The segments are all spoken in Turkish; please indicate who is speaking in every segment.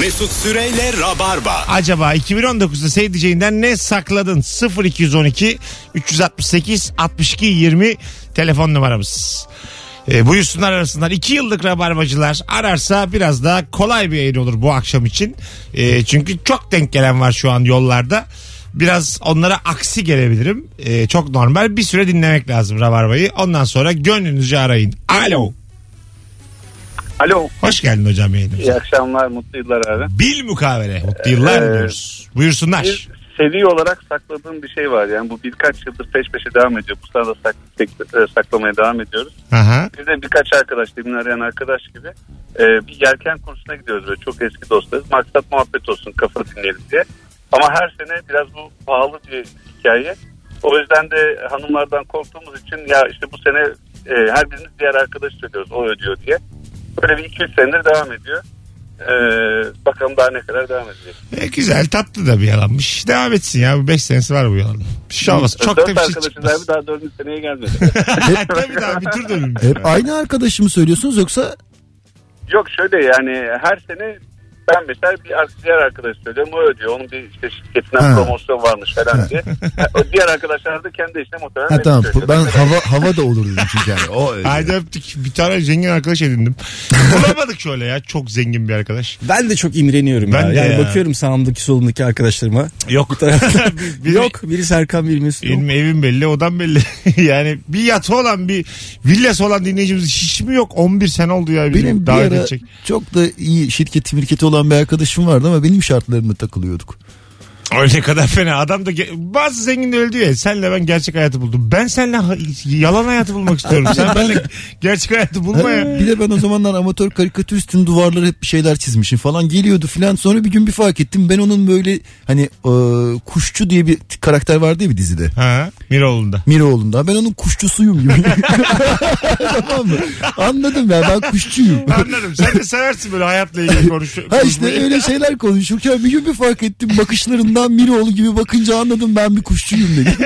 Speaker 1: Mesut Süreyle Rabarba.
Speaker 2: Acaba 2019'da sevdiceğinden ne sakladın? 0212 368 62 20 telefon numaramız. E, buyursunlar arasınlar. 2 yıllık rabarbacılar ararsa biraz daha kolay bir yayın olur bu akşam için. E, çünkü çok denk gelen var şu an yollarda. Biraz onlara aksi gelebilirim. E, çok normal. Bir süre dinlemek lazım rabarbayı. Ondan sonra gönlünüzce arayın. Alo.
Speaker 3: Alo.
Speaker 2: Hoş geldin hocam yayınımıza.
Speaker 3: İyi akşamlar, mutlu yıllar abi.
Speaker 2: Bil mukavele. Mutlu yıllar
Speaker 3: Ee,
Speaker 2: diliyoruz. Buyursunlar.
Speaker 3: Bir seri olarak sakladığım bir şey var. Yani bu birkaç yıldır peş peşe devam ediyor. Bu sırada sak- tek- e, saklamaya devam ediyoruz.
Speaker 2: Aha.
Speaker 3: Biz de birkaç arkadaş, demin arayan arkadaş gibi e, bir yelken kursuna gidiyoruz. Böyle çok eski dostlarız. Maksat muhabbet olsun, kafa dinleyelim diye. Ama her sene biraz bu pahalı bir hikaye. O yüzden de hanımlardan korktuğumuz için ya işte bu sene e, her birimiz diğer arkadaş söylüyoruz o ödüyor diye. Böyle bir 2-3 senedir devam ediyor. E, bakalım daha ne kadar devam edecek.
Speaker 2: E, güzel tatlı da bir yalanmış. Devam etsin ya. Bu 5 senesi var bu yalanın. Bir şey olmaz. Çok da
Speaker 3: Dört
Speaker 2: bir şey
Speaker 3: arkadaşız
Speaker 2: çıkmaz.
Speaker 3: abi daha dördüncü seneye gelmedi.
Speaker 2: Tabii daha bir tur dönüm.
Speaker 4: Hep aynı arkadaşımı söylüyorsunuz yoksa
Speaker 3: Yok şöyle yani her sene ben mesela bir ar- diğer arkadaş söylüyorum o ödüyor. Onun bir işte şirketinden
Speaker 4: Ha.
Speaker 3: promosyon varmış falan diye. O diğer arkadaşlar da kendi işine muhtemelen
Speaker 4: ha,
Speaker 3: beni
Speaker 4: tamam
Speaker 3: söylüyor.
Speaker 4: ben hava hava da olur dedim çünkü yani. O öyle.
Speaker 2: Haydi öptük. Bir tane zengin arkadaş edindim. Bulamadık şöyle ya. Çok zengin bir arkadaş.
Speaker 5: Ben de çok imreniyorum
Speaker 2: Ben
Speaker 5: ya.
Speaker 2: de
Speaker 5: Yani
Speaker 2: ya.
Speaker 5: bakıyorum sağımdaki solumdaki arkadaşlarıma.
Speaker 2: Yok.
Speaker 5: Bir- Yok biri Serkan biri Mesut. Yok.
Speaker 2: Benim evim belli odam belli. yani bir yatı olan bir villası olan dinleyicimiz hiç mi yok? 11 sene oldu ya. bizim
Speaker 4: Benim bir
Speaker 2: davet
Speaker 4: ara
Speaker 2: edecek.
Speaker 4: çok da iyi şirketi mirketi olan bir arkadaşım vardı ama benim şartlarımla takılıyorduk.
Speaker 2: Öyle kadar fena. Adam da ge- bazı zengin de öyle diyor ya. Senle ben gerçek hayatı buldum. Ben senle ha- yalan hayatı bulmak istiyorum. Sen benimle gerçek hayatı bulma ya.
Speaker 4: bir de ben o zamanlar amatör karikatüristin duvarları hep bir şeyler çizmişim falan geliyordu filan. Sonra bir gün bir fark ettim ben onun böyle hani e, kuşçu diye bir t- karakter vardı ya bir dizide.
Speaker 2: Ha, Miroğlu'nda.
Speaker 4: Miroğlu'nda ben onun kuşçusuyum gibi. tamam mı? Anladım ya ben kuşçuyum.
Speaker 2: Anladım. Sen de seversin böyle hayatla ilgili konuş
Speaker 4: Ha işte öyle şeyler konuşurken bir gün bir fark ettim bakışlarından Miroğlu gibi bakınca anladım ben bir kuşçuyum dedi.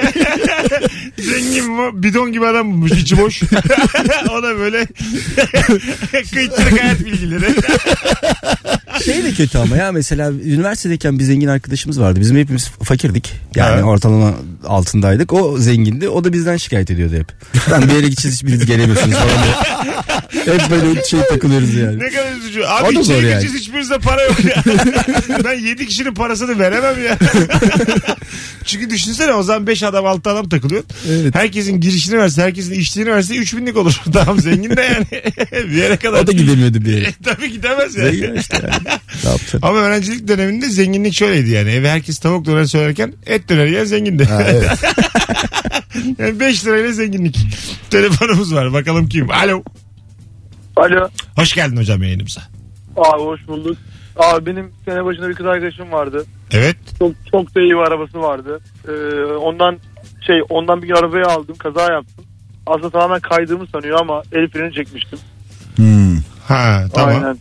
Speaker 2: Zengin bu. Bidon gibi adam bulmuş. içi boş. o da böyle kıytırık hayat bilgileri.
Speaker 5: Şey de kötü ama ya mesela üniversitedeyken bir zengin arkadaşımız vardı. Bizim hepimiz fakirdik. Yani
Speaker 2: Evet.
Speaker 5: ortalama altındaydık. O zengindi. O da bizden şikayet ediyordu hep. Ben bir yere gideceğiz hiçbiriniz gelemiyorsunuz falan diye. Hep böyle şey takılıyoruz yani.
Speaker 2: Ne kadar üzücü.
Speaker 5: O
Speaker 2: Abi
Speaker 5: da
Speaker 2: içeri
Speaker 5: zor yani.
Speaker 2: gideceğiz hiçbirimizde para yok ya. ben 7 kişinin parasını veremem ya. Çünkü düşünsene o zaman 5 adam 6 adam takılıyor.
Speaker 4: Evet.
Speaker 2: Herkesin girişini verse herkesin içtiğini verse 3 binlik olur. Tamam zengin de yani. bir yere kadar.
Speaker 5: O da gidemiyordu bir yere.
Speaker 2: Tabii gidemez yani.
Speaker 5: Zengin işte yani. Ne yapacaksın?
Speaker 2: Ama öğrencilik döneminde zenginlik şöyleydi yani. Eve herkes tavuk döneri söylerken et döneri yiyen zengindi. yani 5 lirayla zenginlik. Telefonumuz var bakalım kim. Alo.
Speaker 6: Alo.
Speaker 2: Hoş geldin hocam yayınımıza.
Speaker 6: Abi hoş bulduk. Abi benim sene başında bir kız arkadaşım vardı.
Speaker 2: Evet.
Speaker 6: Çok çok da iyi bir arabası vardı. Ee, ondan şey ondan bir gün arabayı aldım kaza yaptım. Aslında tamamen kaydığımı sanıyor ama el freni çekmiştim.
Speaker 2: Ha tamam.
Speaker 6: Aynen.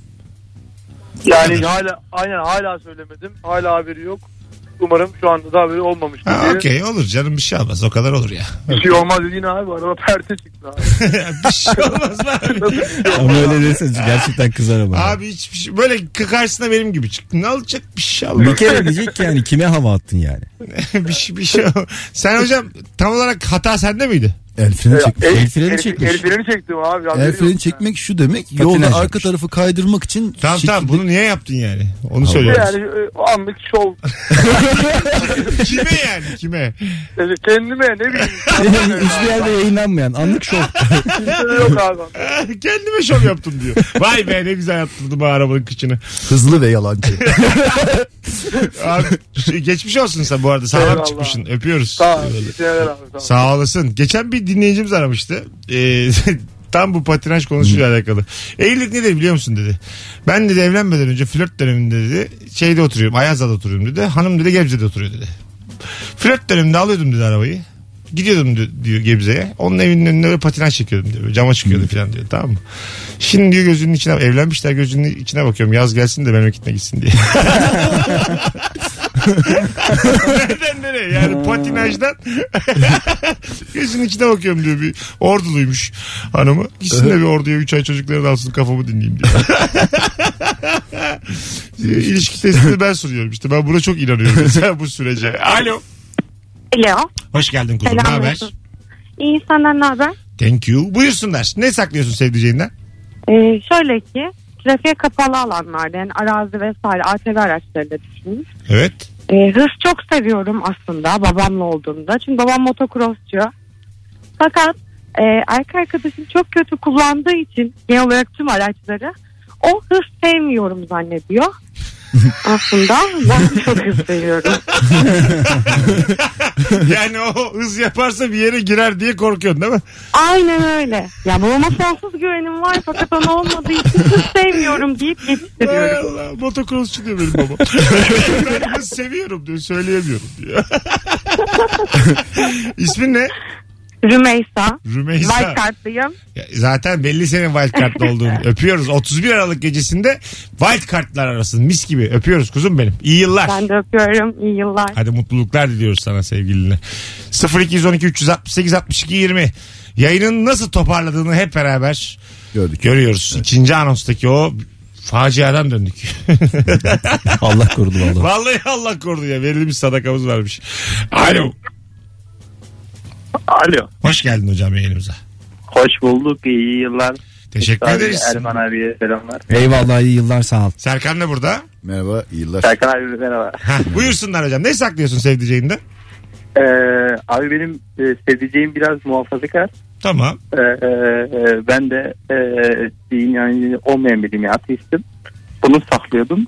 Speaker 6: Yani hala aynen hala söylemedim. Hala haberi yok. Umarım şu anda da haberi olmamıştır.
Speaker 2: Ha,
Speaker 6: diye.
Speaker 2: okey olur canım bir şey olmaz o kadar olur ya.
Speaker 6: Bir şey olmaz dediğin abi araba perte çıktı abi.
Speaker 2: bir şey olmaz lan.
Speaker 5: Ama öyle deseniz gerçekten kızar ama.
Speaker 2: Abi hiçbir şey böyle k- karşısına benim gibi çık. Ne olacak bir şey olmaz.
Speaker 5: Bir kere diyecek ki yani kime hava attın yani.
Speaker 2: bir şey, bir şey olmaz. Sen hocam tam olarak hata sende miydi?
Speaker 4: El freni çekmiş.
Speaker 6: El,
Speaker 5: El freni çekmiş.
Speaker 6: El freni çektim abi. haberi
Speaker 4: El
Speaker 6: yok
Speaker 4: freni
Speaker 6: yani.
Speaker 4: çekmek şu demek yolda
Speaker 5: yapmış.
Speaker 4: arka tarafı kaydırmak için
Speaker 2: Tamam
Speaker 4: şekilde-
Speaker 2: tamam bunu niye yaptın yani? Onu
Speaker 6: Yani
Speaker 2: söylüyorum.
Speaker 6: e, anlık şov.
Speaker 2: kime yani kime?
Speaker 6: Yani Kendime ne bileyim.
Speaker 5: Hiçbir yerde yayınlanmayan anlık şok.
Speaker 6: Kimse de yok abi.
Speaker 2: Kendime şov yaptım diyor. Vay be ne güzel yaptırdım bu arabanın kıçını.
Speaker 4: hızlı ve yalancı.
Speaker 2: Abi, şey, geçmiş olsun sen bu arada. Sağlam
Speaker 6: Eyvallah.
Speaker 2: çıkmışsın. Öpüyoruz.
Speaker 6: Sağ ol. İyi seneler abi. Sağ ol.
Speaker 2: Sağ olasın. Geçen bir dinleyicimiz aramıştı. Ee, tam bu patinaj konusuyla alakalı. Evlilik nedir biliyor musun dedi. Ben dedi evlenmeden önce flört döneminde dedi. Şeyde oturuyorum. Ayaza'da oturuyorum dedi. Hanım dedi Gebze'de oturuyor dedi. Flört döneminde alıyordum dedi arabayı. Gidiyordum di- diyor Gebze'ye. Onun evinin önüne böyle patinaj çekiyordum diyor. Böyle Cama çıkıyordum falan diyor. Tamam mı? Şimdi diyor gözünün içine evlenmişler gözünün içine bakıyorum. Yaz gelsin de memleketine gitsin diye. Nereden nereye diyor. Yani patinajdan gözünün içine bakıyorum diyor. Bir orduluymuş hanımı. Gitsin de bir orduya 3 ay çocukları da alsın kafamı dinleyeyim diyor. İlişki testini ben sunuyorum işte. Ben buna çok inanıyorum mesela bu sürece. Alo.
Speaker 7: Alo.
Speaker 2: Hoş geldin kuzum. Ne haber?
Speaker 7: Selamünaleyküm. İyi senden ne haber?
Speaker 2: Thank you. Buyursunlar. Ne saklıyorsun sevdiceğinden?
Speaker 7: Ee, şöyle ki trafiğe kapalı alanlarda yani arazi vesaire ATV araçları da düşünün.
Speaker 2: Evet.
Speaker 7: Ee, hız çok seviyorum aslında babamla olduğumda. Çünkü babam motocrossçu. Fakat e, erkek arkadaşım çok kötü kullandığı için genel olarak tüm araçları o hız sevmiyorum zannediyor. aslında ben çok hız seviyorum.
Speaker 2: Yani o hız yaparsa bir yere girer diye korkuyorsun değil mi?
Speaker 7: Aynen öyle. Ya babama sonsuz güvenim var fakat ona olmadığı için hız sevmiyorum deyip
Speaker 2: Hay
Speaker 7: geçiştiriyorum.
Speaker 2: Allah motocrossçu diyor benim babam. ben hız seviyorum diyor söyleyemiyorum diyor. İsmin ne?
Speaker 7: Rümeysa.
Speaker 2: Rümeysa.
Speaker 7: White kartlıyım.
Speaker 2: Ya Zaten belli senin wildcardlı olduğunu. Öpüyoruz. 31 Aralık gecesinde wildcardlar arasın. Mis gibi. Öpüyoruz kuzum benim. İyi yıllar.
Speaker 7: Ben de öpüyorum. İyi yıllar.
Speaker 2: Hadi mutluluklar diliyoruz sana sevgiline. 0212 368 62 20. Yayının nasıl toparladığını hep beraber
Speaker 4: Gördük.
Speaker 2: görüyoruz. İkinci anonstaki o faciadan döndük.
Speaker 5: Allah korudu vallahi.
Speaker 2: Vallahi Allah korudu ya. Verilmiş sadakamız varmış. Alo.
Speaker 8: Alo.
Speaker 2: Hoş geldin hocam yayınımıza.
Speaker 8: Hoş bulduk. iyi yıllar.
Speaker 2: Teşekkür
Speaker 8: Abi,
Speaker 2: ederiz.
Speaker 8: Erman abiye selamlar.
Speaker 5: Eyvallah iyi yıllar sağ ol.
Speaker 2: Serkan da burada.
Speaker 4: Merhaba iyi yıllar.
Speaker 8: Serkan abi merhaba.
Speaker 2: Heh, buyursunlar hocam. Ne saklıyorsun sevdiceğinden?
Speaker 8: Ee, abi benim e, sevdiceğim biraz muhafazakar.
Speaker 2: Tamam.
Speaker 8: Ee, e, e, ben de e, din yani olmayan bir dini ateistim. Bunu saklıyordum.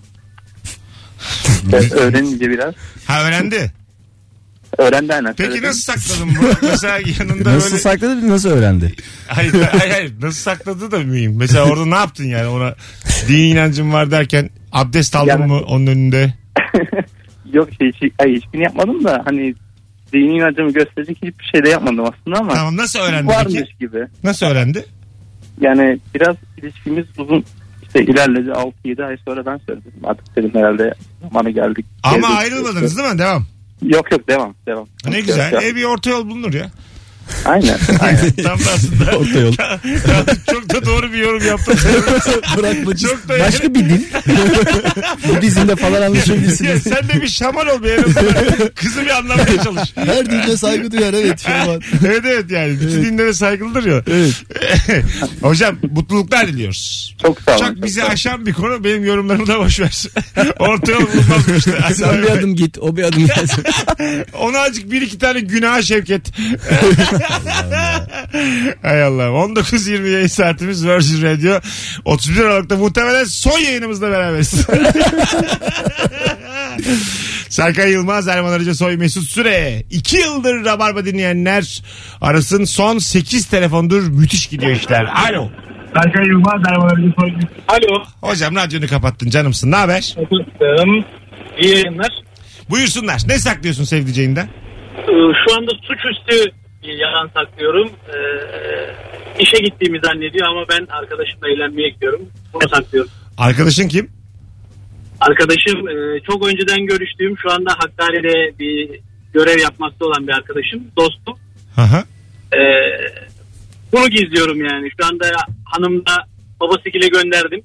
Speaker 8: Ee, öğrenince biraz.
Speaker 2: Ha öğrendi.
Speaker 8: Öğrendi aynen.
Speaker 2: Peki
Speaker 8: Söyledim.
Speaker 2: nasıl sakladın bunu? Mesela yanında
Speaker 5: Nasıl
Speaker 2: böyle...
Speaker 5: sakladı nasıl öğrendi?
Speaker 2: Hayır, hayır, hayır. Nasıl sakladı da mühim. Mesela orada ne yaptın yani ona din inancım var derken abdest aldın
Speaker 8: Yani-
Speaker 2: mı onun önünde?
Speaker 8: Yok şey, şey ay, hiçbirini yapmadım da hani dini inancımı gösterecek hiçbir şey de yapmadım aslında ama.
Speaker 2: Tamam nasıl öğrendi
Speaker 8: varmış
Speaker 2: peki?
Speaker 8: gibi.
Speaker 2: Nasıl öğrendi?
Speaker 8: Yani biraz ilişkimiz uzun işte ilerledi 6-7 ay sonra ben söyledim. Artık dedim herhalde zamanı geldik.
Speaker 2: Ama
Speaker 8: Geldik.
Speaker 2: ayrılmadınız değil mi? Devam.
Speaker 8: Yok yok devam devam.
Speaker 2: Ne
Speaker 8: Yok,
Speaker 2: güzel.
Speaker 8: yok.
Speaker 2: E bir orta yol bulunur ya.
Speaker 8: Aynen. aynen.
Speaker 2: Tam da aslında.
Speaker 5: Orta yol.
Speaker 2: Çok da doğru bir yorum yaptın.
Speaker 5: Bırakmacı.
Speaker 2: Çok da
Speaker 5: Başka bir dil. Budizm'de falan
Speaker 2: Ya
Speaker 5: anlaşabilirsiniz.
Speaker 2: sen de bir şaman ol bir en azından. Kızı bir anlamaya çalış.
Speaker 4: Her dilde saygı duyar evet şu an.
Speaker 2: evet evet yani. Bütün dinlere saygılıdır ya. Hocam mutluluklar diliyoruz.
Speaker 8: Çok sağ olun.
Speaker 2: Çok bizi
Speaker 8: sağ olun.
Speaker 2: aşan bir konu benim yorumlarımı da boş ver. Ortaya bulmaz bu işte.
Speaker 5: Sen bir adım git o bir adım gelsin.
Speaker 2: Ona azıcık bir iki tane günah Şevket. Hay Allah. 19.20 yayın saatimiz Virgin Radio. 31 Aralık'ta muhtemelen son yayınımızla beraberiz. Serkan Yılmaz, Erman Arıca Soy, Mesut Süre. 2 yıldır Rabarba dinleyenler arasın son 8 telefondur müthiş gidiyor işler. Alo.
Speaker 6: Serkan Yılmaz Erman Alo.
Speaker 2: Hocam radyonu kapattın canımsın. Ne haber?
Speaker 6: Selam. İyi yayınlar.
Speaker 2: Buyursunlar. Ne saklıyorsun sevdiceğinden?
Speaker 6: Ee, şu anda suçüstü bir yalan saklıyorum. Ee, işe gittiğimi zannediyor ama ben arkadaşımla eğlenmeye gidiyorum. Bunu saklıyorum.
Speaker 2: Arkadaşın kim?
Speaker 6: Arkadaşım e, çok önceden görüştüğüm şu anda Hakkari'de bir görev yapmakta olan bir arkadaşım. Dostum.
Speaker 2: Aha.
Speaker 6: Ee, bunu gizliyorum yani. Şu anda hanımla babasıyla gönderdim.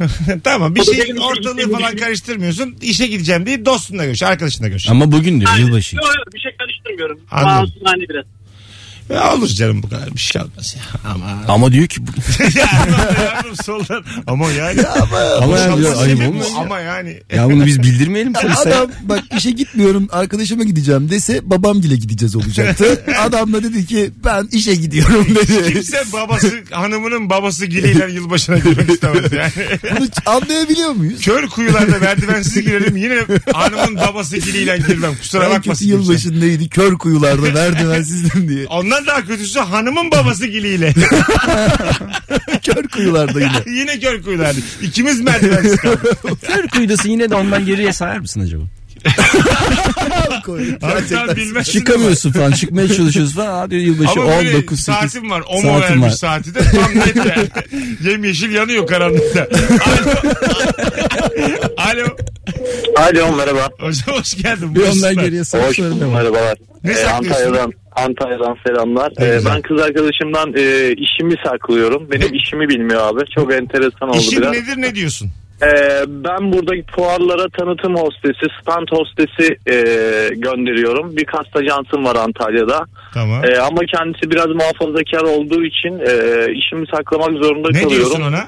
Speaker 2: tamam bir
Speaker 6: O da
Speaker 2: şey
Speaker 6: benim için
Speaker 2: ortalığı
Speaker 6: gittiğim
Speaker 2: falan
Speaker 6: için.
Speaker 2: karıştırmıyorsun. İşe gideceğim diye dostunla görüş, arkadaşınla görüş.
Speaker 5: Ama bugün diyor yılbaşı.
Speaker 6: Yok yok bir şey karıştırmıyorum.
Speaker 2: Anladım.
Speaker 6: Masumane biraz.
Speaker 2: Ya olur canım bu kadar bir şey olmaz ya. Ama.
Speaker 5: Ama diyor ki
Speaker 2: yani, yardım soldan. Ama yani.
Speaker 5: ama yani diyor,
Speaker 2: Boşanma
Speaker 5: ayıp
Speaker 2: sebebi
Speaker 5: olmaz
Speaker 2: bu.
Speaker 5: ya.
Speaker 2: Ama yani.
Speaker 5: Ya bunu biz bildirmeyelim polise.
Speaker 4: Adam bak işe gitmiyorum arkadaşıma gideceğim dese babam bile gideceğiz olacaktı. Adam da dedi ki ben işe gidiyorum dedi.
Speaker 2: Kimse babası hanımının babası giliyle yılbaşına girmek istemez yani.
Speaker 4: Bunu anlayabiliyor muyuz?
Speaker 2: Kör kuyularda merdivensiz girelim yine hanımın babası giliyle girmem. Kusura
Speaker 4: En
Speaker 2: bakmasın. şey.
Speaker 4: kötü
Speaker 2: kimse.
Speaker 4: yılbaşındaydı kör kuyularda merdivensizdim diye.
Speaker 2: Ondan daha kötüsü hanımın babası giliyle.
Speaker 4: kör kuyularda yine.
Speaker 2: yine kör kuyularda. İkimiz merdivensiz kaldık.
Speaker 5: Kör kuyudası yine de ondan geriye sayar mısın acaba?
Speaker 4: Koy.
Speaker 2: Gerçekten bilmezsin.
Speaker 5: Çıkamıyorsun falan çıkmaya çalışıyorsun falan. Aa diyor yılbaşı
Speaker 2: Ama böyle
Speaker 5: 19 8.
Speaker 2: saatim var. O mu
Speaker 5: Saatim
Speaker 2: vermiş
Speaker 5: var.
Speaker 2: saati de tam net yani. Yemyeşil yanıyor karanlıkta. Alo. Alo.
Speaker 8: Alo merhaba.
Speaker 2: Hocam hoş
Speaker 5: Bir ondan
Speaker 2: geldin. Buyursunlar.
Speaker 5: geriye sana
Speaker 8: Hoş bulduk,
Speaker 5: sorun var.
Speaker 8: merhabalar.
Speaker 2: Ne
Speaker 8: Ee,
Speaker 2: saklıyorsun?
Speaker 8: Antalya'dan, Antalya'dan selamlar.
Speaker 2: Ne
Speaker 8: Ee,
Speaker 2: güzel.
Speaker 8: ben kız arkadaşımdan e, işimi saklıyorum. Benim işimi bilmiyor abi. Çok enteresan oldu
Speaker 2: İşin
Speaker 8: biraz.
Speaker 2: nedir ne diyorsun?
Speaker 8: Ee, ben burada fuarlara tanıtım hostesi, stand hostesi e, gönderiyorum. Bir kast ajansım var Antalya'da.
Speaker 2: Tamam.
Speaker 8: Ee, ama kendisi biraz muhafazakar olduğu için e, işimi saklamak zorunda
Speaker 2: ne diyorsun
Speaker 8: kalıyorum.
Speaker 2: ona?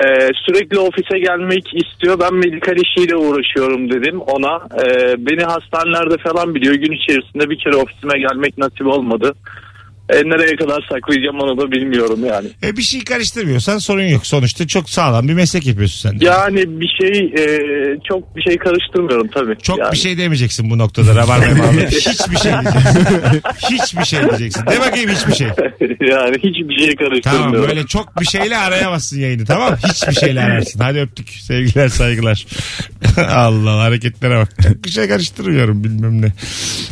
Speaker 8: Ee, sürekli ofise gelmek istiyor. Ben medikal işiyle uğraşıyorum dedim ona. Ee, beni hastanelerde falan biliyor. Gün içerisinde bir kere ofisime gelmek nasip olmadı. Ee, nereye kadar saklayacağım onu da bilmiyorum yani.
Speaker 2: E bir şey karıştırmıyorsan sorun yok. Sonuçta çok sağlam bir meslek yapıyorsun sen de.
Speaker 8: Yani bir şey e, çok bir şey karıştırmıyorum tabii.
Speaker 2: Çok
Speaker 8: yani.
Speaker 2: bir şey demeyeceksin bu noktada Rabarba'ya bağlı. Hiçbir şey diyeceksin. hiçbir şey diyeceksin. De bakayım hiçbir şey.
Speaker 8: yani hiçbir şey karıştırmıyorum.
Speaker 2: Tamam böyle çok bir şeyle arayamazsın yayını tamam mı? Hiçbir şeyle ararsın. Hadi öptük. Sevgiler saygılar. Allah hareketlere bak. Çok bir şey karıştırmıyorum bilmem ne.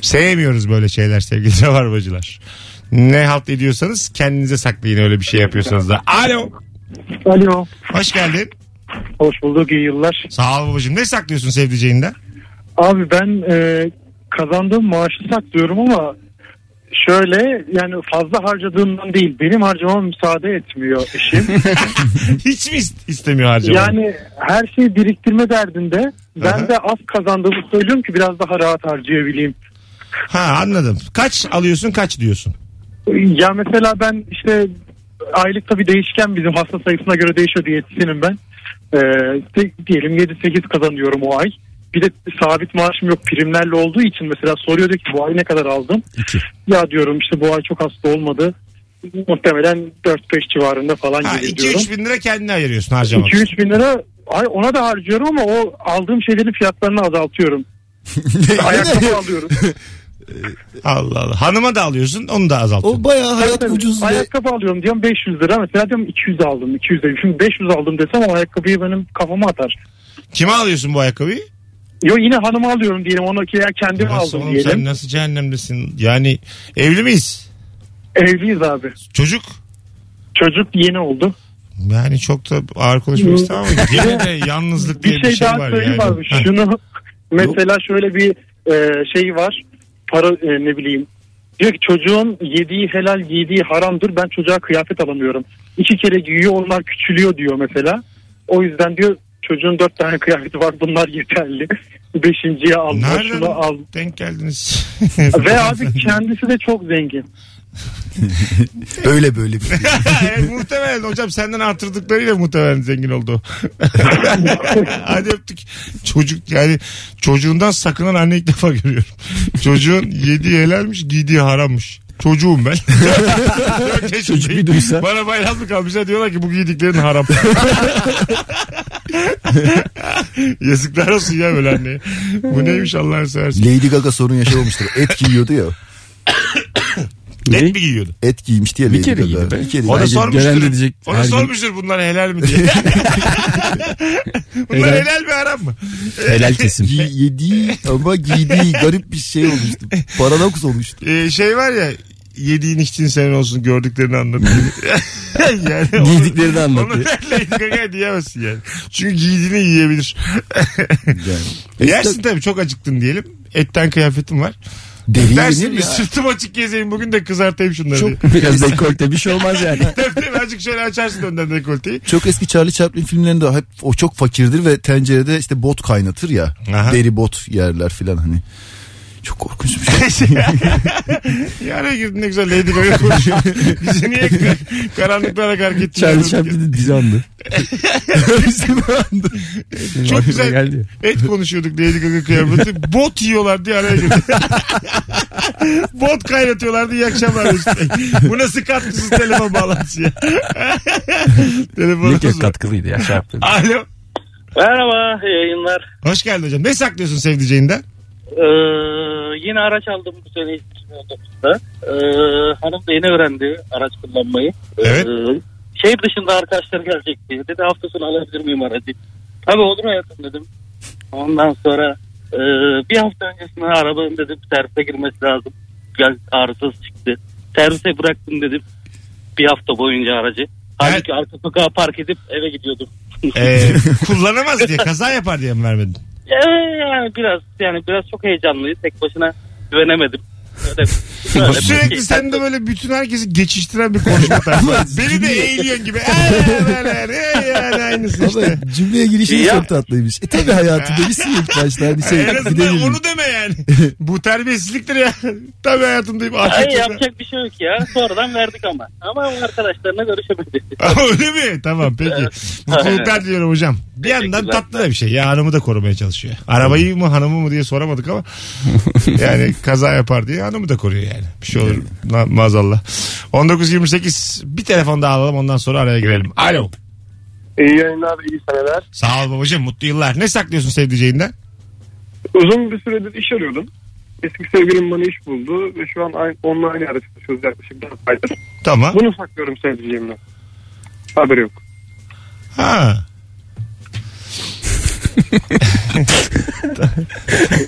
Speaker 2: Sevmiyoruz böyle şeyler sevgili Rabarbacılar. Ne halt ediyorsanız kendinize saklayın öyle bir şey yapıyorsanız da. Alo.
Speaker 6: Alo.
Speaker 2: Hoş geldin.
Speaker 6: Hoş bulduk iyi yıllar.
Speaker 2: Sağ ol babacığım. Ne saklıyorsun sevdiceğinden?
Speaker 6: Abi ben e, kazandığım maaşı saklıyorum ama şöyle yani fazla harcadığımdan değil benim harcamama müsaade etmiyor eşim.
Speaker 2: Hiç mi ist- istemiyor harcamayı?
Speaker 6: yani her şeyi biriktirme derdinde
Speaker 2: Aha.
Speaker 6: ben de az kazandığımı söylüyorum ki biraz daha rahat harcayabileyim.
Speaker 2: Ha anladım. Kaç alıyorsun kaç diyorsun?
Speaker 6: Ya mesela ben işte aylık tabii değişken bizim hasta sayısına göre değişiyor diyetisyenim ben. Ee, tek- diyelim 7-8 kazanıyorum o ay. Bir de sabit maaşım yok primlerle olduğu için mesela soruyor diyor ki bu ay ne kadar aldın?
Speaker 5: İki.
Speaker 6: Ya diyorum işte bu ay çok hasta olmadı. Muhtemelen 4-5 civarında falan
Speaker 2: Ha,
Speaker 6: gelir diyorum.
Speaker 2: 2-3 bin lira kendine ayırıyorsun harcamak.
Speaker 6: 2-3 bin lira ay ona da harcıyorum ama o aldığım şeylerin fiyatlarını azaltıyorum. Ayakkabı alıyorum.
Speaker 2: Allah Allah. Hanıma da alıyorsun onu da azaltıyorsun.
Speaker 4: O bayağı
Speaker 6: Tabii
Speaker 4: hayat
Speaker 6: tabii.
Speaker 4: ucuz ve
Speaker 6: Ayakkabı alıyorum diyorum 500 lira mesela diyorum 200 aldım 200 lira. Şimdi 500 aldım desem o ayakkabıyı benim kafama atar.
Speaker 2: Kime alıyorsun bu ayakkabıyı?
Speaker 6: Yo yine hanıma alıyorum diyelim onu ki ya kendim
Speaker 2: Nasıl
Speaker 6: aldım
Speaker 2: oğlum sen
Speaker 6: diyelim.
Speaker 2: nasıl cehennemdesin? Yani evli miyiz?
Speaker 6: Evliyiz abi.
Speaker 2: Çocuk?
Speaker 6: Çocuk yeni oldu.
Speaker 2: Yani çok da ağır konuşmak istemem ama yine de yalnızlık diye
Speaker 6: Bir şey, daha
Speaker 2: var
Speaker 6: söyleyeyim
Speaker 2: yani.
Speaker 6: abi.
Speaker 2: Ha,
Speaker 6: Şunu mesela şöyle bir e, şey var. Para e, ne bileyim. Diyor ki çocuğun yediği helal giydiği haramdır. Ben çocuğa kıyafet alamıyorum. İki kere giyiyor onlar küçülüyor diyor mesela. O yüzden diyor çocuğun dört tane kıyafeti var bunlar yeterli. Beşinciye alma
Speaker 2: Nereden
Speaker 6: şunu al.
Speaker 2: denk geldiniz?
Speaker 6: Ve abi kendisi de çok zengin.
Speaker 4: öyle böyle bir şey.
Speaker 2: evet, muhtemelen hocam senden artırdıklarıyla muhtemelen zengin oldu. Hadi öptük. Çocuk yani çocuğundan sakınan anne ilk defa görüyorum. Çocuğun yediği helalmiş giydiği harammış. Çocuğum ben. Dört yaşındayım.
Speaker 5: Çocuk bir duysa.
Speaker 2: Bana bayrak mı kalmışlar diyorlar ki bu giydiklerin haram. Yazıklar olsun ya böyle anneye. Bu neymiş Allah'ını seversin.
Speaker 4: Lady Gaga sorun yaşamamıştır. Et giyiyordu ya.
Speaker 5: Ne?
Speaker 2: Et mi giyiyordu?
Speaker 4: Et giymişti ya
Speaker 5: Bir
Speaker 4: Lady
Speaker 5: kere
Speaker 4: Gaga.
Speaker 5: giydi be.
Speaker 4: Bir kere
Speaker 2: O da
Speaker 4: giydi.
Speaker 2: sormuştur.
Speaker 5: gelen de diyecek,
Speaker 2: o da
Speaker 5: her gün-
Speaker 2: sormuştur bunlar helal mi diye. bunlar helal,
Speaker 5: Helal.
Speaker 2: mi haram mı?
Speaker 5: Helal kesim.
Speaker 4: Gi- yediği ama giydiği garip bir şey olmuştu. Paradoks olmuştu.
Speaker 2: Ee, şey var ya yediğin içtiğin senin olsun gördüklerini anlatıyor. yani onu-
Speaker 5: Giydiklerini anlatıyor.
Speaker 2: Onu Lady Gaga diyemezsin yani. Çünkü giydiğini yiyebilir.
Speaker 4: E,
Speaker 2: Yersin tabii çok acıktın diyelim. Etten kıyafetim var.
Speaker 5: E,
Speaker 4: Deri
Speaker 2: Dersin
Speaker 4: yenir
Speaker 2: bir
Speaker 4: ya.
Speaker 2: sırtım açık gezeyim bugün de kızartayım şunları. Çok...
Speaker 5: Biraz dekolte bir şey olmaz yani.
Speaker 2: Azıcık şöyle açarsın önden dekolteyi.
Speaker 4: Çok eski Charlie Chaplin filmlerinde hep o çok fakirdir ve tencerede işte bot kaynatır ya.
Speaker 2: Aha.
Speaker 4: Deri bot yerler filan hani. Çok korkunç bir şey.
Speaker 2: Yani girdin ne güzel Lady Gaga konuşuyor. Bizi niye kar- karanlıklara kadar gittin?
Speaker 5: Charlie Chaplin'in dizi andı.
Speaker 2: Çok güzel
Speaker 5: Geldi.
Speaker 2: et konuşuyorduk Lady Gaga kıyafeti. Bot yiyorlar diye araya girdi. Bot kaynatıyorlardı iyi akşamlar. Mesut Bey. Bu nasıl katkısız telefon bağlantısı ya.
Speaker 5: Ne
Speaker 2: Telefonumuz
Speaker 5: kadar
Speaker 2: var.
Speaker 5: katkılıydı ya şey Chaplin.
Speaker 2: Alo.
Speaker 9: Merhaba yayınlar.
Speaker 2: Hoş geldin hocam. Ne saklıyorsun sevdiceğinden?
Speaker 9: Ee, yine araç aldım bu sene 2019'da. Ee, hanım da yeni öğrendi araç kullanmayı.
Speaker 2: Evet.
Speaker 9: Ee, şehir dışında arkadaşlar gelecek diye. Dedi hafta sonu alabilir miyim aracı? Tabii olur hayatım dedim. Ondan sonra e, bir hafta öncesinde arabanın dedim servise girmesi lazım. Gel arızası çıktı. Servise bıraktım dedim. Bir hafta boyunca aracı. Halbuki arka sokağa park edip eve gidiyordum.
Speaker 2: Ee, kullanamaz diye kaza yapar diye mi vermedin?
Speaker 9: Ee, yani
Speaker 10: Yani biraz yani biraz çok heyecanlıyız. Tek başına güvenemedim. Öyle,
Speaker 2: Bu
Speaker 10: öyle bir şey.
Speaker 2: Sürekli sen de böyle bütün herkesi geçiştiren bir konuşma tarzı. var. Beni de eğiliyorsun gibi. Ee, Eee, böyle, eee, ee, yani aynısı işte.
Speaker 4: Ama cümleye girişini
Speaker 10: Ya.
Speaker 4: çok tatlıymış. E tabi hayatı demişsin ilk başta. Hani şey,
Speaker 2: en
Speaker 4: bir de-
Speaker 2: azından onu deme yani. Bu terbiyesizliktir ya. Tabii hayatımdayım.
Speaker 10: Ay,
Speaker 2: Afiyet olsun.
Speaker 10: yapacak bir şey yok ya. Sonradan verdik ama. Ama arkadaşlarına görüşemedik.
Speaker 2: Öyle mi? Tamam peki. Mutluluklar diliyorum hocam. Bir yandan tatlı da bir şey. Ya hanımı da korumaya çalışıyor. Arabayı mı hanımı mı diye soramadık ama. yani kaza yapar diye hanımı da koruyor yani. Bir şey olur ma- maazallah. 19.28 bir telefon daha alalım ondan sonra araya girelim. Alo.
Speaker 11: İyi yayınlar, iyi seneler.
Speaker 2: Sağ ol babacığım mutlu yıllar. Ne saklıyorsun sevdiceğinden?
Speaker 11: Uzun bir süredir iş arıyordum. Eski sevgilim bana iş buldu ve şu an aynı, onunla aynı yerde çalışıyoruz yaklaşık 4 aydır.
Speaker 2: Tamam.
Speaker 11: Bunu saklıyorum sevdiceğimle. Haberi yok.
Speaker 2: Ha.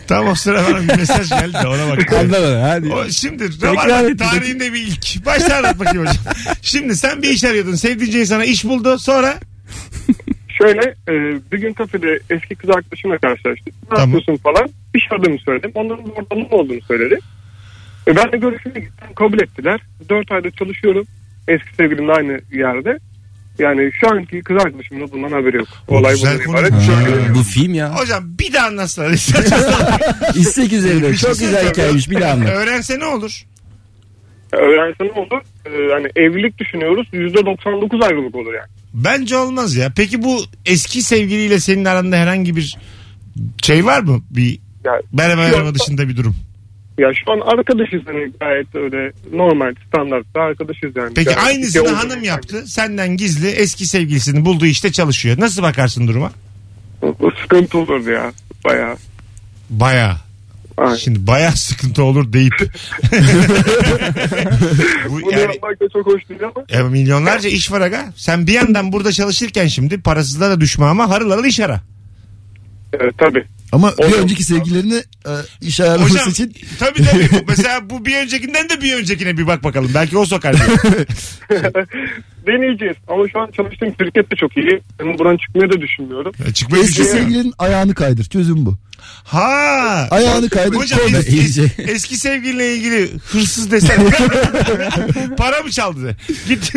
Speaker 2: Tam o sırada bir mesaj geldi de ona bak.
Speaker 5: Anlamadım. Hadi.
Speaker 2: O şimdi
Speaker 5: Tekrar
Speaker 2: Rabarba
Speaker 5: et.
Speaker 2: tarihinde bir ilk. Başla anlat bakayım hocam. Şimdi sen bir iş arıyordun. Sevdiceği sana iş buldu. Sonra
Speaker 11: Şöyle e, bir gün kafede eski kız arkadaşımla karşılaştık. Ne
Speaker 2: Tamam.
Speaker 11: yapıyorsun falan. İş aradığımı söyledim. Onların orada ne olduğunu söyledi. E, ben de görüşmeye gittim. Kabul ettiler. 4 ayda çalışıyorum. Eski sevgilimle aynı yerde. Yani şu anki kız arkadaşımın da bundan haberi yok. Olay
Speaker 2: güzel
Speaker 11: bundan
Speaker 2: konu.
Speaker 11: ibaret.
Speaker 2: Ha.
Speaker 11: Şöyle-
Speaker 5: Bu film ya.
Speaker 2: hocam bir daha anlatsana.
Speaker 5: şey 854. Çok güzel hikayeymiş. Bir daha anlat.
Speaker 2: Öğrense ne olur?
Speaker 11: Öğrense ne olur? E, hani evlilik düşünüyoruz. %99 ayrılık olur yani.
Speaker 2: Bence olmaz ya. Peki bu eski sevgiliyle senin aranda herhangi bir şey var mı? Bir
Speaker 11: Ya-
Speaker 2: merhaba
Speaker 11: Yok.
Speaker 2: merhaba dışında bir durum.
Speaker 11: Ya şu an arkadaşız hani gayet öyle normal standartta arkadaşız yani.
Speaker 2: Peki
Speaker 11: Yani
Speaker 2: aynısını
Speaker 11: iki
Speaker 2: hanım
Speaker 11: oldu.
Speaker 2: yaptı. Senden gizli eski sevgilisini bulduğu işte çalışıyor. Nasıl bakarsın duruma?
Speaker 11: Bu Sıkıntı olurdu ya bayağı.
Speaker 2: Bayağı.
Speaker 11: Aynen.
Speaker 2: Şimdi bayağı sıkıntı olur deyip. bu
Speaker 11: Bunu
Speaker 2: yani
Speaker 11: yapmak da çok hoş değil ama
Speaker 2: E, milyonlarca iş var aga. Sen bir yandan burada çalışırken şimdi parasızlığa da düşme ama harıl harıl iş ara.
Speaker 11: e, tabii.
Speaker 4: Ama bir
Speaker 11: Oluyor.
Speaker 4: önceki sevgilerine e, iş ayarlaması
Speaker 2: Hocam
Speaker 4: için
Speaker 2: tabii tabii. Bu- Mesela bu bir öncekinden de bir öncekine bir bak bakalım. Belki o sokar. diye.
Speaker 11: Deneyeceğiz ama şu an çalıştığım şirket de çok iyi. Ben buradan çıkmayı da düşünmüyorum.
Speaker 2: E, Çıkmayı
Speaker 4: eski
Speaker 2: düşünüyorum.
Speaker 4: sevgilinin ayağını kaydır. Çözüm bu.
Speaker 2: Ha.
Speaker 4: Ayağını kaydır.
Speaker 2: Hocam
Speaker 4: koy.
Speaker 2: eski,
Speaker 5: iyice.
Speaker 2: eski sevgilinle ilgili hırsız desen para mı çaldı? de? Git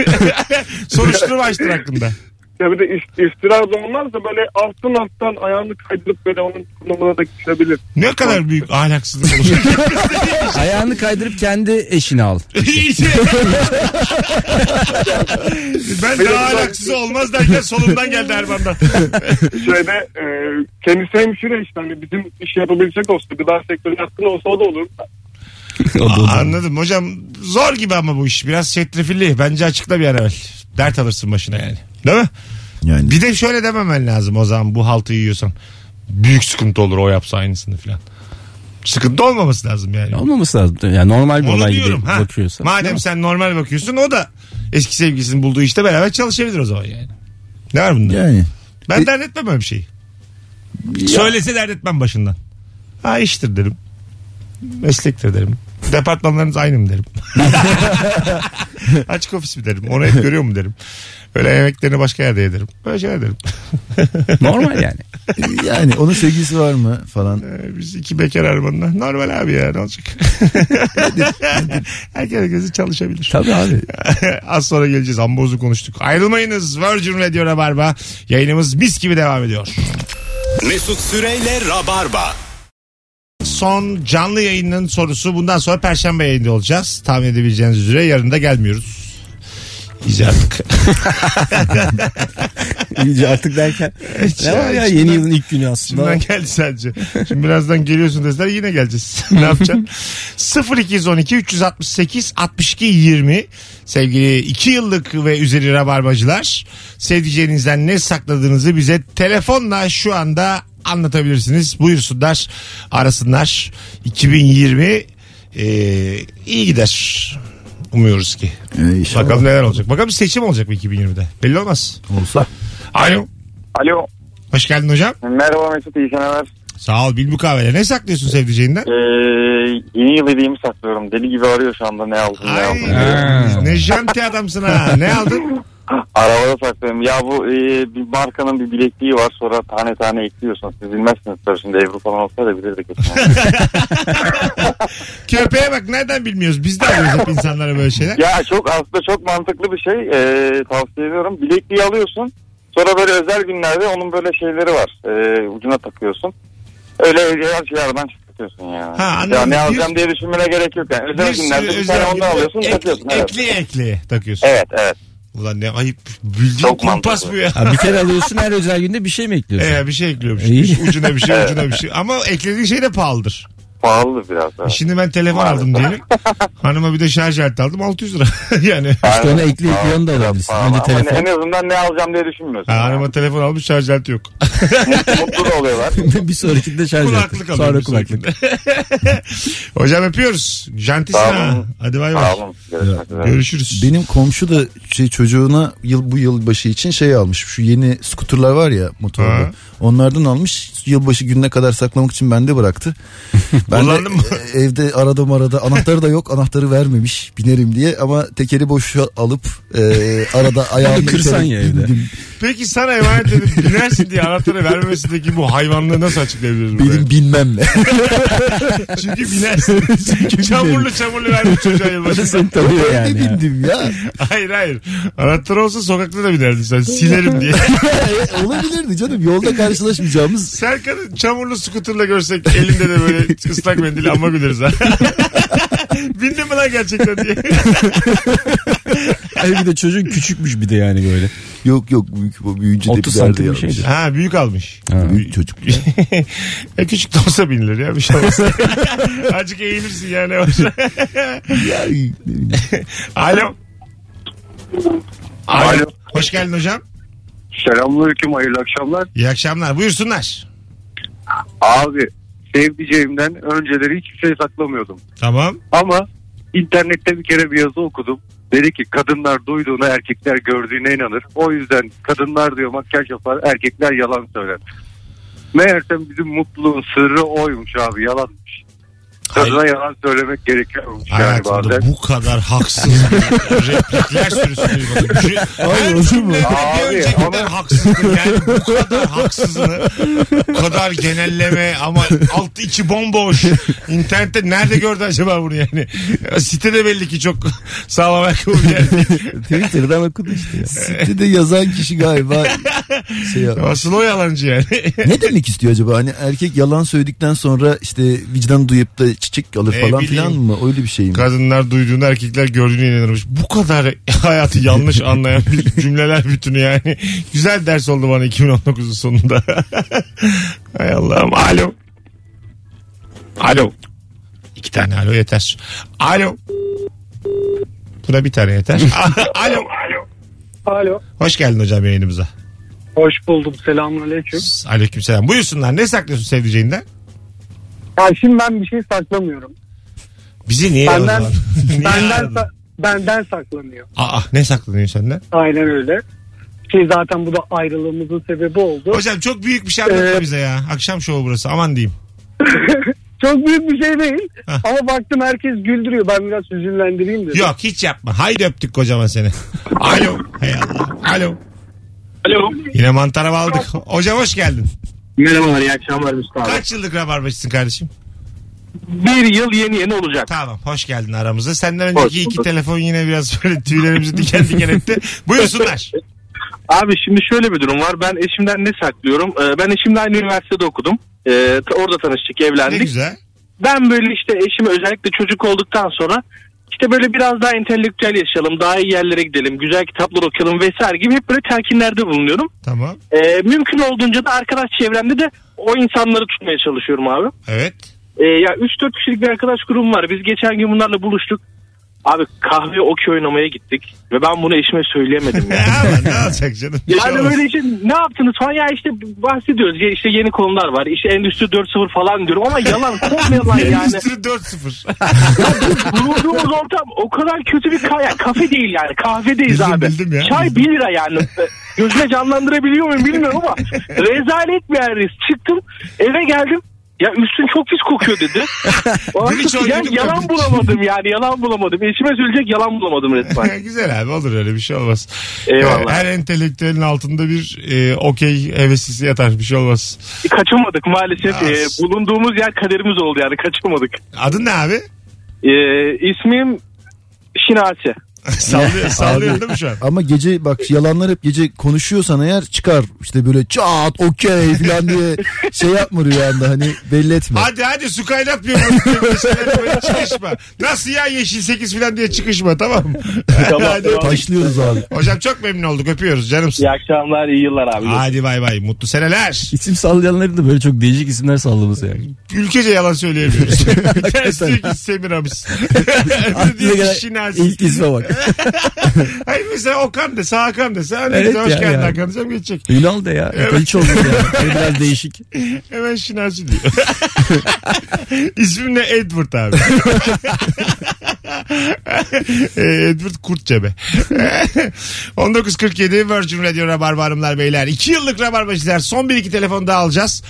Speaker 2: soruşturma açtır hakkında.
Speaker 11: Ya bir de ist- iftira da olmaz da böyle alttan alttan ayağını kaydırıp böyle onun konumuna da geçebilir.
Speaker 2: Ne kadar büyük ahlaksızlık olur.
Speaker 5: Ayağını kaydırıp kendi eşini al.
Speaker 2: İyice. ben daha alaksız olmaz derken solumdan geldi Erman'dan.
Speaker 11: Şöyle e, kendisi hemşire işte hani bizim iş yapabilecek olsa gıda sektörü yatkın olsa o da olur.
Speaker 2: Anladım hocam zor gibi ama bu iş biraz çetrefilli bence açıkla bir an evvel dert alırsın başına yani değil mi?
Speaker 4: Yani
Speaker 2: Bir de şöyle dememen lazım o zaman bu haltı yiyorsan büyük sıkıntı olur o yapsa aynısını filan. Sıkıntı olmaması lazım yani.
Speaker 5: Olmaması lazım. Yani normal bir
Speaker 2: Onu
Speaker 5: olay gibi
Speaker 2: diyorum ha.
Speaker 5: bakıyorsa. Değil
Speaker 2: Madem
Speaker 5: mi?
Speaker 2: sen normal bakıyorsun o da eski sevgilisinin bulduğu işte beraber çalışabilir o zaman yani. Ne var bunda?
Speaker 4: yani.
Speaker 2: Ben dert etmem öyle bir şeyi. Söylese dert etmem başından. Ha iştir derim. Meslektir derim. Departmanlarınız aynı mı derim. Açık ofis mi derim. Onu hep görüyor mu derim. Öyle yemeklerini başka yerde yederim. Böyle şeyler derim.
Speaker 5: Normal yani.
Speaker 4: Yani onun sevgilisi var mı falan.
Speaker 2: Ee, Biz iki bekar armanına. Normal abi ya ne olacak. Herkes gözü çalışabilir.
Speaker 5: Tabii abi.
Speaker 2: Az sonra geleceğiz. Amma uzun konuştuk. Ayrılmayınız. Virgin Radio Rabarba. Yayınımız mis gibi devam ediyor.
Speaker 9: Mesut Süreyle Rabarba.
Speaker 2: son canlı yayının sorusu bundan sonra perşembe yayında olacağız. Tahmin edebileceğiniz üzere yarın da gelmiyoruz. İyice artık.
Speaker 5: İyice artık derken. ne var ya yeni yılın ilk günü aslında.
Speaker 2: Şimdiden geldi sadece. Şimdi birazdan geliyorsun deseler yine geleceğiz. ne yapacaksın? 0212 368 62 20 sevgili 2 yıllık ve üzeri rabarbacılar sevdiceğinizden ne sakladığınızı bize telefonla şu anda anlatabilirsiniz. Buyursunlar arasınlar 2020 eee, e, iyi gider umuyoruz ki.
Speaker 4: Ee, inşallah.
Speaker 2: Bakalım neler olacak. Bakalım seçim olacak mı 2020'de? Belli olmaz.
Speaker 4: Olsa.
Speaker 2: Alo.
Speaker 11: Alo.
Speaker 2: Hoş geldin hocam.
Speaker 11: Merhaba Mesut iyi seneler.
Speaker 2: Sağ ol Bilbu Kahvele. Ne saklıyorsun sevdiceğinden?
Speaker 11: Ee, yeni yıl hediyemi saklıyorum. Deli gibi arıyor şu anda ne aldım ne
Speaker 2: Ay,
Speaker 11: aldım.
Speaker 5: Ha.
Speaker 2: ne janti adamsın ha. Ne aldın?
Speaker 8: Arabada saklıyorum. Ya bu e, bir markanın bir bilekliği var sonra tane tane ekliyorsun. Siz bilmezsiniz tabii şimdi Ebru falan olsa da bilirdik.
Speaker 2: Köpeğe bak nereden bilmiyoruz. Biz de alıyoruz hep insanlara böyle şeyler.
Speaker 8: ya çok aslında çok mantıklı bir şey. E, tavsiye ediyorum. Bilekliği alıyorsun. Sonra böyle özel günlerde onun böyle şeyleri var. E, ucuna takıyorsun. Öyle her şeyi aradan çıkartıyorsun ya.
Speaker 2: Ha, anladım.
Speaker 8: ya ne
Speaker 2: Bir-
Speaker 8: alacağım diye düşünmene gerek yok. Yani. Özel
Speaker 2: Bir sürü
Speaker 8: günlerde bir tane
Speaker 2: özel-
Speaker 8: ondan alıyorsun
Speaker 2: ek-
Speaker 8: takıyorsun. Evet.
Speaker 2: Ekli ekli takıyorsun.
Speaker 8: evet evet.
Speaker 2: Ulan ne ayıp. Bildiğin
Speaker 8: Çok
Speaker 2: kumpas
Speaker 8: mantıklı.
Speaker 2: bu ya.
Speaker 5: Ha, bir kere alıyorsun her özel günde bir şey mi ekliyorsun?
Speaker 2: Ee, bir şey ekliyormuş.
Speaker 5: İyi.
Speaker 2: Ucuna bir şey ucuna bir şey. Ama eklediğin şey de pahalıdır.
Speaker 8: Pahalı biraz. Evet.
Speaker 2: Şimdi ben telefon aldım diyelim. Hanıma bir de şarj aleti aldım 600 lira. yani
Speaker 5: İşte ona ekli ekli onu da alabilirsin.
Speaker 8: Aa,
Speaker 5: Önce
Speaker 8: ama hani En
Speaker 5: telefon.
Speaker 8: azından ne alacağım diye düşünmüyorsun.
Speaker 2: ha,
Speaker 8: Yani.
Speaker 2: hanıma telefon almış şarj aleti yok.
Speaker 8: Mutlu da oluyorlar.
Speaker 5: bir sonrakinde şarj ettim.
Speaker 2: kulaklık alıyorum.
Speaker 5: Sonra kulaklık.
Speaker 2: Hocam öpüyoruz. Jantisin
Speaker 8: Sağ
Speaker 2: ha.
Speaker 8: olun.
Speaker 2: Hadi bay
Speaker 8: Sağ
Speaker 2: bay.
Speaker 8: olun. Görüşmek üzere.
Speaker 2: Görüşürüz.
Speaker 4: Benim komşu da şey çocuğuna yıl bu yılbaşı için şey almış. Şu yeni skuterlar var ya motorlu.
Speaker 2: Ha.
Speaker 4: Onlardan almış. Yılbaşı gününe kadar saklamak için bende bıraktı. Ben de,
Speaker 2: Kullandın mı?
Speaker 4: e, evde aradım arada. Anahtarı da yok. Anahtarı vermemiş. Binerim diye ama tekeri boş alıp e, arada ayağımı
Speaker 5: Kırsan
Speaker 4: iterek
Speaker 5: ya evde.
Speaker 4: bindim.
Speaker 2: Peki sana emanet edip binersin diye anahtarı vermesindeki bu hayvanlığı nasıl açıklayabiliriz? buraya?
Speaker 4: Benim binmemle.
Speaker 2: Çünkü binersin. çamurlu çamurlu vermiş çocuğa yılbaşında.
Speaker 5: Seni tanıyor
Speaker 4: Ne
Speaker 5: yani. ya.
Speaker 4: bindim ya.
Speaker 2: hayır hayır. Anahtar olsa sokakta da binerdin sen. Silerim diye.
Speaker 4: E, Olabilirdi canım. Yolda karşılaşmayacağımız
Speaker 2: Serkan'ı çamurlu skuterla görsek elinde de böyle ıslak mendil amma güleriz ha. Bindin mi lan gerçekten diye.
Speaker 5: Ay bir de çocuğun küçükmüş bir de yani böyle.
Speaker 4: Yok yok büyük, büyüyünce de
Speaker 5: 30
Speaker 4: bir yerde
Speaker 5: santim bir
Speaker 4: yaramış.
Speaker 5: şeydi.
Speaker 2: Ha büyük almış.
Speaker 4: Büyük çocuk.
Speaker 2: E küçük de olsa binilir ya bir şey olmaz. Azıcık eğilirsin yani.
Speaker 4: Ya, ne bileyim.
Speaker 2: Alo. Alo. Hoş geldin hocam.
Speaker 8: Selamünaleyküm hayırlı akşamlar.
Speaker 2: İyi akşamlar. Buyursunlar.
Speaker 8: Abi sevdiceğimden önceleri hiçbir şey saklamıyordum.
Speaker 2: Tamam.
Speaker 8: Ama internette bir kere bir yazı okudum. Dedi ki kadınlar duyduğuna erkekler gördüğüne inanır. O yüzden kadınlar diyor makyaj yapar erkekler yalan söyler. Meğersem bizim mutluluğun sırrı oymuş abi yalanmış. Kadına yalan söylemek gerekiyormuş yani
Speaker 2: Hayatımda
Speaker 8: bazen.
Speaker 2: bu kadar haksız replikler sürüsünü duymadım. Şu- Her
Speaker 4: olur mu?
Speaker 2: cümlede bir
Speaker 8: Abi,
Speaker 2: öncekinden haksızlık yani bu kadar haksızını bu kadar genelleme ama altı içi bomboş. İnternette nerede gördü acaba bunu yani? Sitede belli ki çok sağlam ayakkabı bir yer.
Speaker 5: Twitter'dan okudu işte. ya.
Speaker 4: Sitede yazan kişi galiba şey yap-
Speaker 2: Asıl o yalancı yani.
Speaker 4: ne demek istiyor acaba? Hani erkek yalan söyledikten sonra işte vicdan duyup da çiçek alır
Speaker 2: Ne
Speaker 4: falan
Speaker 2: bileyim.
Speaker 4: filan mı? Öyle bir şey mi?
Speaker 2: Kadınlar duyduğunu erkekler gördüğüne inanırmış. Bu kadar hayatı yanlış anlayan bir cümleler bütünü yani. Güzel ders oldu bana 2019'un sonunda. Hay Allah'ım. Alo. Alo. İki tane alo yeter. Alo. Buna bir tane yeter. alo.
Speaker 6: Alo.
Speaker 2: Hoş geldin hocam yayınımıza.
Speaker 6: Hoş buldum. Selamünaleyküm.
Speaker 2: Aleyküm selam. Buyursunlar. Ne saklıyorsun sevdiceğinden?
Speaker 6: Ya şimdi ben bir şey saklamıyorum.
Speaker 2: Bizi niye
Speaker 6: Benden-
Speaker 2: aradın? Niye
Speaker 6: Benden
Speaker 2: aradın?
Speaker 6: sa- benden saklanıyor.
Speaker 2: Aa, ne saklanıyorsun senden?
Speaker 6: Aynen öyle. Ki zaten bu da ayrılığımızın sebebi oldu.
Speaker 2: Hocam çok büyük bir şey anlatma
Speaker 6: Ee,
Speaker 2: bize ya. Akşam şovu burası aman diyeyim.
Speaker 6: Çok büyük bir şey değil.
Speaker 2: Hah.
Speaker 6: Ama baktım herkes güldürüyor. Ben biraz hüzünlendireyim dedim.
Speaker 2: Yok hiç yapma. Haydi öptük kocaman seni. Alo. Hey Allah. Alo.
Speaker 9: Alo.
Speaker 2: Yine mantara aldık. Hocam hoş geldin.
Speaker 9: Merhabalar iyi akşamlar Mustafa.
Speaker 2: Kaç yıllık rabarbacısın kardeşim?
Speaker 9: Bir yıl yeni yeni olacak.
Speaker 2: Tamam hoş geldin aramıza. Senden önceki
Speaker 9: Hoş
Speaker 2: iki
Speaker 9: bulduk.
Speaker 2: telefon yine biraz böyle tüylerimizi diken diken etti. Buyursunlar.
Speaker 9: Abi şimdi şöyle bir durum var. Ben eşimden ne saklıyorum? Ee, ben eşimle aynı üniversitede okudum. Ee, ta- orada tanıştık,
Speaker 2: Ne
Speaker 9: evlendik.
Speaker 2: güzel.
Speaker 9: Ben böyle işte eşime özellikle çocuk olduktan sonra işte böyle biraz daha entelektüel yaşayalım, daha iyi yerlere gidelim, güzel kitaplar okuyalım vesaire gibi hep böyle telkinlerde bulunuyorum.
Speaker 2: Tamam.
Speaker 9: Ee, mümkün olduğunca da arkadaş çevremde de o insanları tutmaya çalışıyorum abi.
Speaker 2: Evet.
Speaker 9: Ee, ya 3-4 kişilik bir arkadaş grubum var. Biz geçen gün bunlarla buluştuk. Abi kahve okey oynamaya gittik ve ben bunu eşime söyleyemedim
Speaker 2: E,
Speaker 9: ya.
Speaker 2: aman ne olacak canım? Bir şey
Speaker 9: Yani
Speaker 2: olmaz.
Speaker 9: böyle işte ne yaptınız falan ya işte bahsediyoruz ya işte yeni konular var işte endüstri 4.0 falan diyorum ama yalan komple yalan yani.
Speaker 2: Endüstri 4-0.
Speaker 9: Bulunduğumuz ortam o kadar kötü bir ka- ya kafe değil yani kahvedeyiz
Speaker 2: Bildim,
Speaker 9: abi.
Speaker 2: bildim ya.
Speaker 9: Çay 1 lira yani. Gözüne canlandırabiliyor muyum bilmiyorum ama rezalet bir yerdeyiz. Çıktım eve geldim Ya üstün çok pis kokuyor dedi. Bana
Speaker 2: Dün hiç
Speaker 9: çok- ya,
Speaker 2: oynadım da.
Speaker 9: yalan bulamadım yani yalan bulamadım. Eşime söyleyecek yalan bulamadım resmen.
Speaker 2: Güzel abi olur öyle bir şey olmaz.
Speaker 9: Eyvallah.
Speaker 2: Her entelektüelin altında bir e, okey heveslisi yatar bir şey olmaz.
Speaker 9: Kaçamadık maalesef.
Speaker 2: Ya.
Speaker 9: Ee, bulunduğumuz yer kaderimiz oldu yani kaçamadık.
Speaker 2: Adın ne abi?
Speaker 9: Ee, ismim Şinasi.
Speaker 2: Sallıyor, sallıyor değil mi şu an?
Speaker 4: Ama gece bak yalanlar hep gece konuşuyorsan eğer çıkar işte böyle çat okey falan diye şey yapma rüyanda hani belli etme.
Speaker 2: Hadi hadi su kaynatmıyor. Böyle çıkışma. Nasıl ya yeşil 8 falan diye çıkışma tamam mı? Hadi.
Speaker 4: Taşlıyoruz abi.
Speaker 2: Hocam çok memnun olduk öpüyoruz canımsın.
Speaker 9: İyi akşamlar, iyi yıllar abi.
Speaker 2: Hadi bay bay mutlu seneler.
Speaker 5: İsim sallayanların da böyle çok değişik isimler sallaması yani.
Speaker 2: Ülkece yalan söyleyemiyoruz. Bir tanesi diyor ki Semiramiz. Öbürü
Speaker 5: Aklına
Speaker 2: diyor
Speaker 5: gelen
Speaker 2: ki Şinasi.
Speaker 5: ilk isme bak.
Speaker 2: Hayır mesela Okan dese Hakan dese. Hani
Speaker 5: Evet
Speaker 2: bize hoş
Speaker 5: ya,
Speaker 2: geldin
Speaker 5: yani.
Speaker 2: Hakan diyeceğim geçecek.
Speaker 5: Ünal da ya. Hiç olmadı ya. Böyle Biraz değişik.
Speaker 2: Hemen Şinasi diyor. İsmim ne Edward abi. Ee, Edward Kurtçebe. 19.47 Virgin Radio Rabarba Hanımlar Beyler. 2 yıllık Rabarbacılar. Son 1-2 telefon daha alacağız.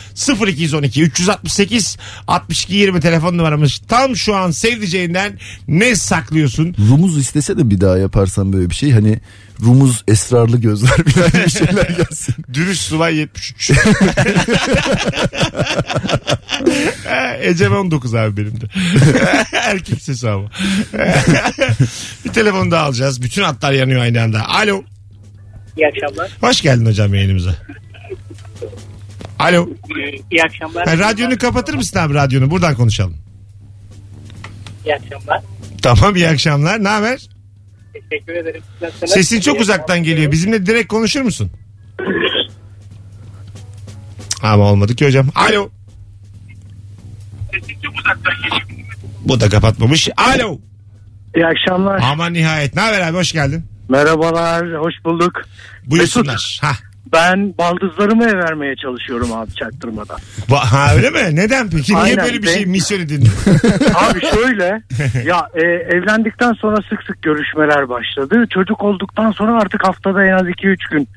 Speaker 2: 0212 368 62 20 telefon numaramız. Tam şu an sevdiceğinden ne saklıyorsun?
Speaker 4: Rumuz istese de bir daha yaparsan böyle bir şey hani rumuz esrarlı gözler falan bir şeyler gelsin.
Speaker 2: Dürüst Sulay 73. Ecem 19 abi benim de. Erkek sesi ama. bir telefon daha alacağız. Bütün hatlar yanıyor aynı anda. Alo.
Speaker 9: İyi akşamlar.
Speaker 2: Hoş geldin hocam yayınımıza. Alo.
Speaker 9: İyi akşamlar.
Speaker 2: Ha, radyonu kapatır mısın abi radyonu? Buradan konuşalım.
Speaker 9: İyi akşamlar.
Speaker 2: Tamam iyi akşamlar. Ne haber?
Speaker 9: Teşekkür ederim.
Speaker 2: Sesin çok uzaktan geliyor. Bizimle direkt konuşur musun? Ama olmadı ki hocam. Alo. Bu da kapatmamış. Alo.
Speaker 12: İyi akşamlar.
Speaker 2: Aman nihayet. Ne haber abi hoş geldin.
Speaker 12: Merhabalar, hoş bulduk.
Speaker 2: Buyursunlar. Ha.
Speaker 12: Ben baldızlarımı ev vermeye çalışıyorum abi çaktırmadan.
Speaker 2: Ba- ha öyle mi? Neden peki? Niye
Speaker 12: Aynen,
Speaker 2: böyle bir
Speaker 12: ben-
Speaker 2: şey misyon edindin?
Speaker 12: Abi şöyle ya e, evlendikten sonra sık sık görüşmeler başladı. Çocuk olduktan sonra artık haftada en az 2-3 gün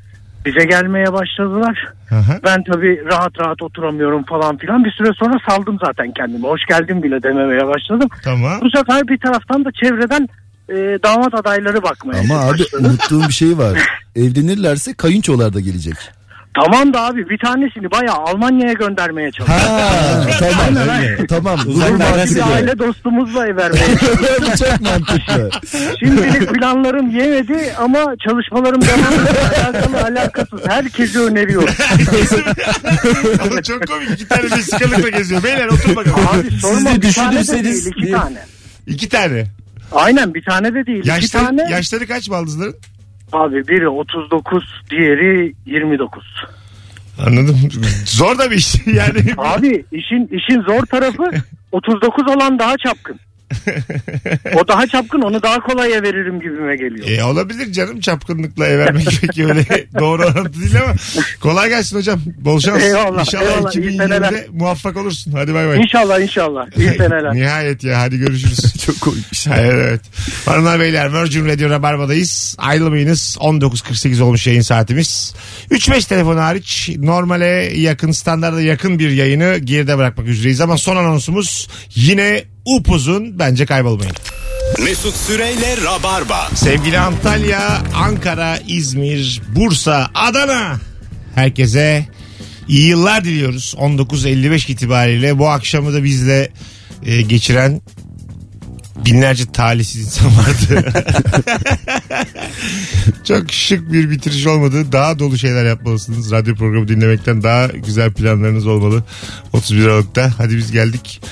Speaker 12: bize gelmeye başladılar.
Speaker 2: Aha.
Speaker 12: Ben tabii rahat rahat oturamıyorum falan filan. Bir süre sonra saldım zaten kendimi. Hoş geldin bile dememeye başladım.
Speaker 2: tamam.
Speaker 12: Bu sefer bir taraftan da çevreden e, damat adayları bakmaya
Speaker 4: Ama abi
Speaker 12: başladı.
Speaker 4: unuttuğum bir şey var. Evlenirlerse kayınçolar da gelecek.
Speaker 12: Tamam da abi bir tanesini bayağı Almanya'ya göndermeye çalıştı.
Speaker 4: Ha tamam.
Speaker 12: Aynen, aynen.
Speaker 4: tamam.
Speaker 5: Uzak
Speaker 4: Durum
Speaker 5: mesafe
Speaker 12: Bir
Speaker 4: bahsediyor.
Speaker 12: aile dostumuzla ev vermeye
Speaker 4: Bu çok mantıklı.
Speaker 12: Şimdilik planlarım yemedi ama çalışmalarım devam ediyor. Alakalı alakasız. Herkese öneriyorum.
Speaker 2: Ama çok komik. İki tane vesikalıkla geziyor. Beyler otur bakalım.
Speaker 12: Abi sorma
Speaker 5: de
Speaker 12: bir tane de
Speaker 5: düşünürseniz
Speaker 12: değil iki
Speaker 5: diye-
Speaker 12: tane.
Speaker 2: İki tane.
Speaker 12: Aynen bir tane de değil iki
Speaker 2: Yaşları,
Speaker 12: tane.
Speaker 2: yaşları kaç baldızların?
Speaker 12: Abi biri 39 diğeri 29.
Speaker 2: Anladım. Zor da bir iş. Yani
Speaker 12: Abi işin işin zor tarafı 39 olan daha çapkın. O daha çapkın onu daha kolaya veririm gibime geliyor.
Speaker 2: E, olabilir canım çapkınlıkla ev vermek peki öyle doğru orantı değil ama kolay gelsin hocam. Bol şans.
Speaker 12: Eyvallah,
Speaker 2: İnşallah
Speaker 12: eyvallah. İyi
Speaker 2: 2020'de
Speaker 12: seneler.
Speaker 2: muvaffak olursun. Hadi bay bay.
Speaker 12: İnşallah inşallah. İyi seneler.
Speaker 2: Nihayet ya hadi görüşürüz.
Speaker 4: Çok koymuş.
Speaker 2: Evet, evet. Hanımlar beyler Virgin Radio Rabarba'dayız. Ayrılmayınız. 19.48 olmuş yayın saatimiz. 3-5 telefon hariç normale yakın standarda yakın bir yayını geride bırakmak üzereyiz. Ama son anonsumuz yine upuzun bence kaybolmayın.
Speaker 13: Mesut Süreyle Rabarba.
Speaker 2: Sevgili Antalya, Ankara, İzmir, Bursa, Adana. Herkese iyi yıllar diliyoruz. 19.55 itibariyle bu akşamı da bizle e, geçiren binlerce talihsiz insan vardı. Çok şık bir bitiriş olmadı. Daha dolu şeyler yapmalısınız. Radyo programı dinlemekten daha güzel planlarınız olmalı. 31 Aralık'ta. Hadi biz geldik.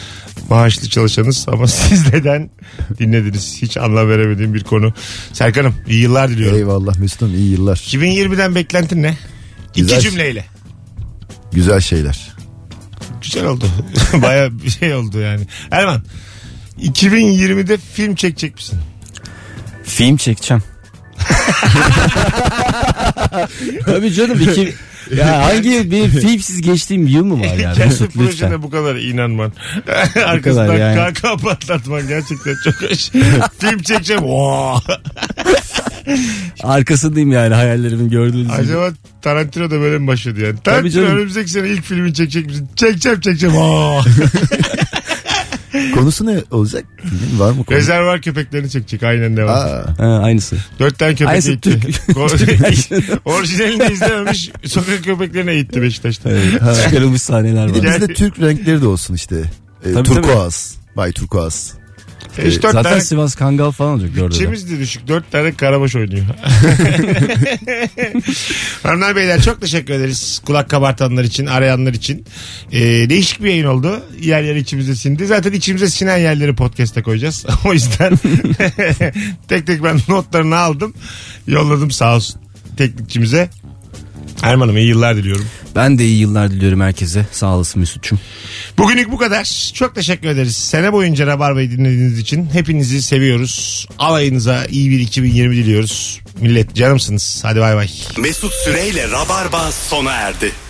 Speaker 2: Maaşlı çalışanız ama siz neden dinlediniz? Hiç anlam veremediğim bir konu. Serkan'ım iyi yıllar diliyorum.
Speaker 4: Eyvallah Mesut'um iyi yıllar.
Speaker 2: 2020'den beklentin ne?
Speaker 4: Güzel.
Speaker 2: İki cümleyle.
Speaker 4: Güzel şeyler.
Speaker 2: Güzel oldu. Baya bir şey oldu yani. Erman 2020'de film çekecek misin?
Speaker 5: Film çekeceğim. Tabii canım. Iki... Ya hangi bir filmsiz geçtiğim yıl mı var yani?
Speaker 2: Kendi
Speaker 5: Mesut lütfen.
Speaker 2: projene bu kadar inanman.
Speaker 5: kadar
Speaker 2: Arkasından
Speaker 5: yani.
Speaker 2: kaka patlatman gerçekten çok hoş. Film çekeceğim. Oo.
Speaker 5: Arkasındayım yani hayallerimin gördüğünüz gibi.
Speaker 2: Acaba Tarantino da böyle mi başladı yani? Tarantino
Speaker 5: canım.
Speaker 2: önümüzdeki sene ilk filmini çekecek misin? Çekeceğim çekeceğim. Aa.
Speaker 4: Konusu ne olacak? Bilmiyorum, Var mı konu?
Speaker 2: Rezervuar köpeklerini çekecek aynen devam.
Speaker 4: Aa,
Speaker 5: Ha, aynısı.
Speaker 2: Dört tane köpek
Speaker 5: Aynısı
Speaker 2: eğitti.
Speaker 5: Türk.
Speaker 2: Ko- Orijinalini de izlememiş sokak köpeklerini eğitti Beşiktaş'ta.
Speaker 5: Çıkarılmış sahneler var.
Speaker 2: Gel-
Speaker 4: bizde Türk renkleri de olsun işte. Ee,
Speaker 5: Tabii,
Speaker 4: turkuaz. Bay turkuaz.
Speaker 2: Eş dört
Speaker 5: Zaten
Speaker 2: tane
Speaker 5: Sivas Kangal falan olacak gördüm.
Speaker 2: Bütçemiz de düşük. Dört tane karabaş oynuyor. Hanımlar beyler çok teşekkür ederiz. Kulak kabartanlar için, arayanlar için. Ee, değişik bir yayın oldu. Yerleri içimize sindi. Zaten içimize sinen yerleri podcast'e koyacağız. o yüzden tek tek ben notlarını aldım. Yolladım sağ olsun teknikçimize. Erman'ım iyi yıllar diliyorum.
Speaker 5: Ben de iyi yıllar diliyorum herkese. Sağ olasın Mesut'cum.
Speaker 2: Bugünlük bu kadar. Çok teşekkür ederiz. Sene boyunca Rabarba'yı dinlediğiniz için hepinizi seviyoruz. Alayınıza iyi bir 2020 diliyoruz. Millet canımsınız. Hadi bay bay.
Speaker 1: Mesut Süreyle Rabarba sona erdi.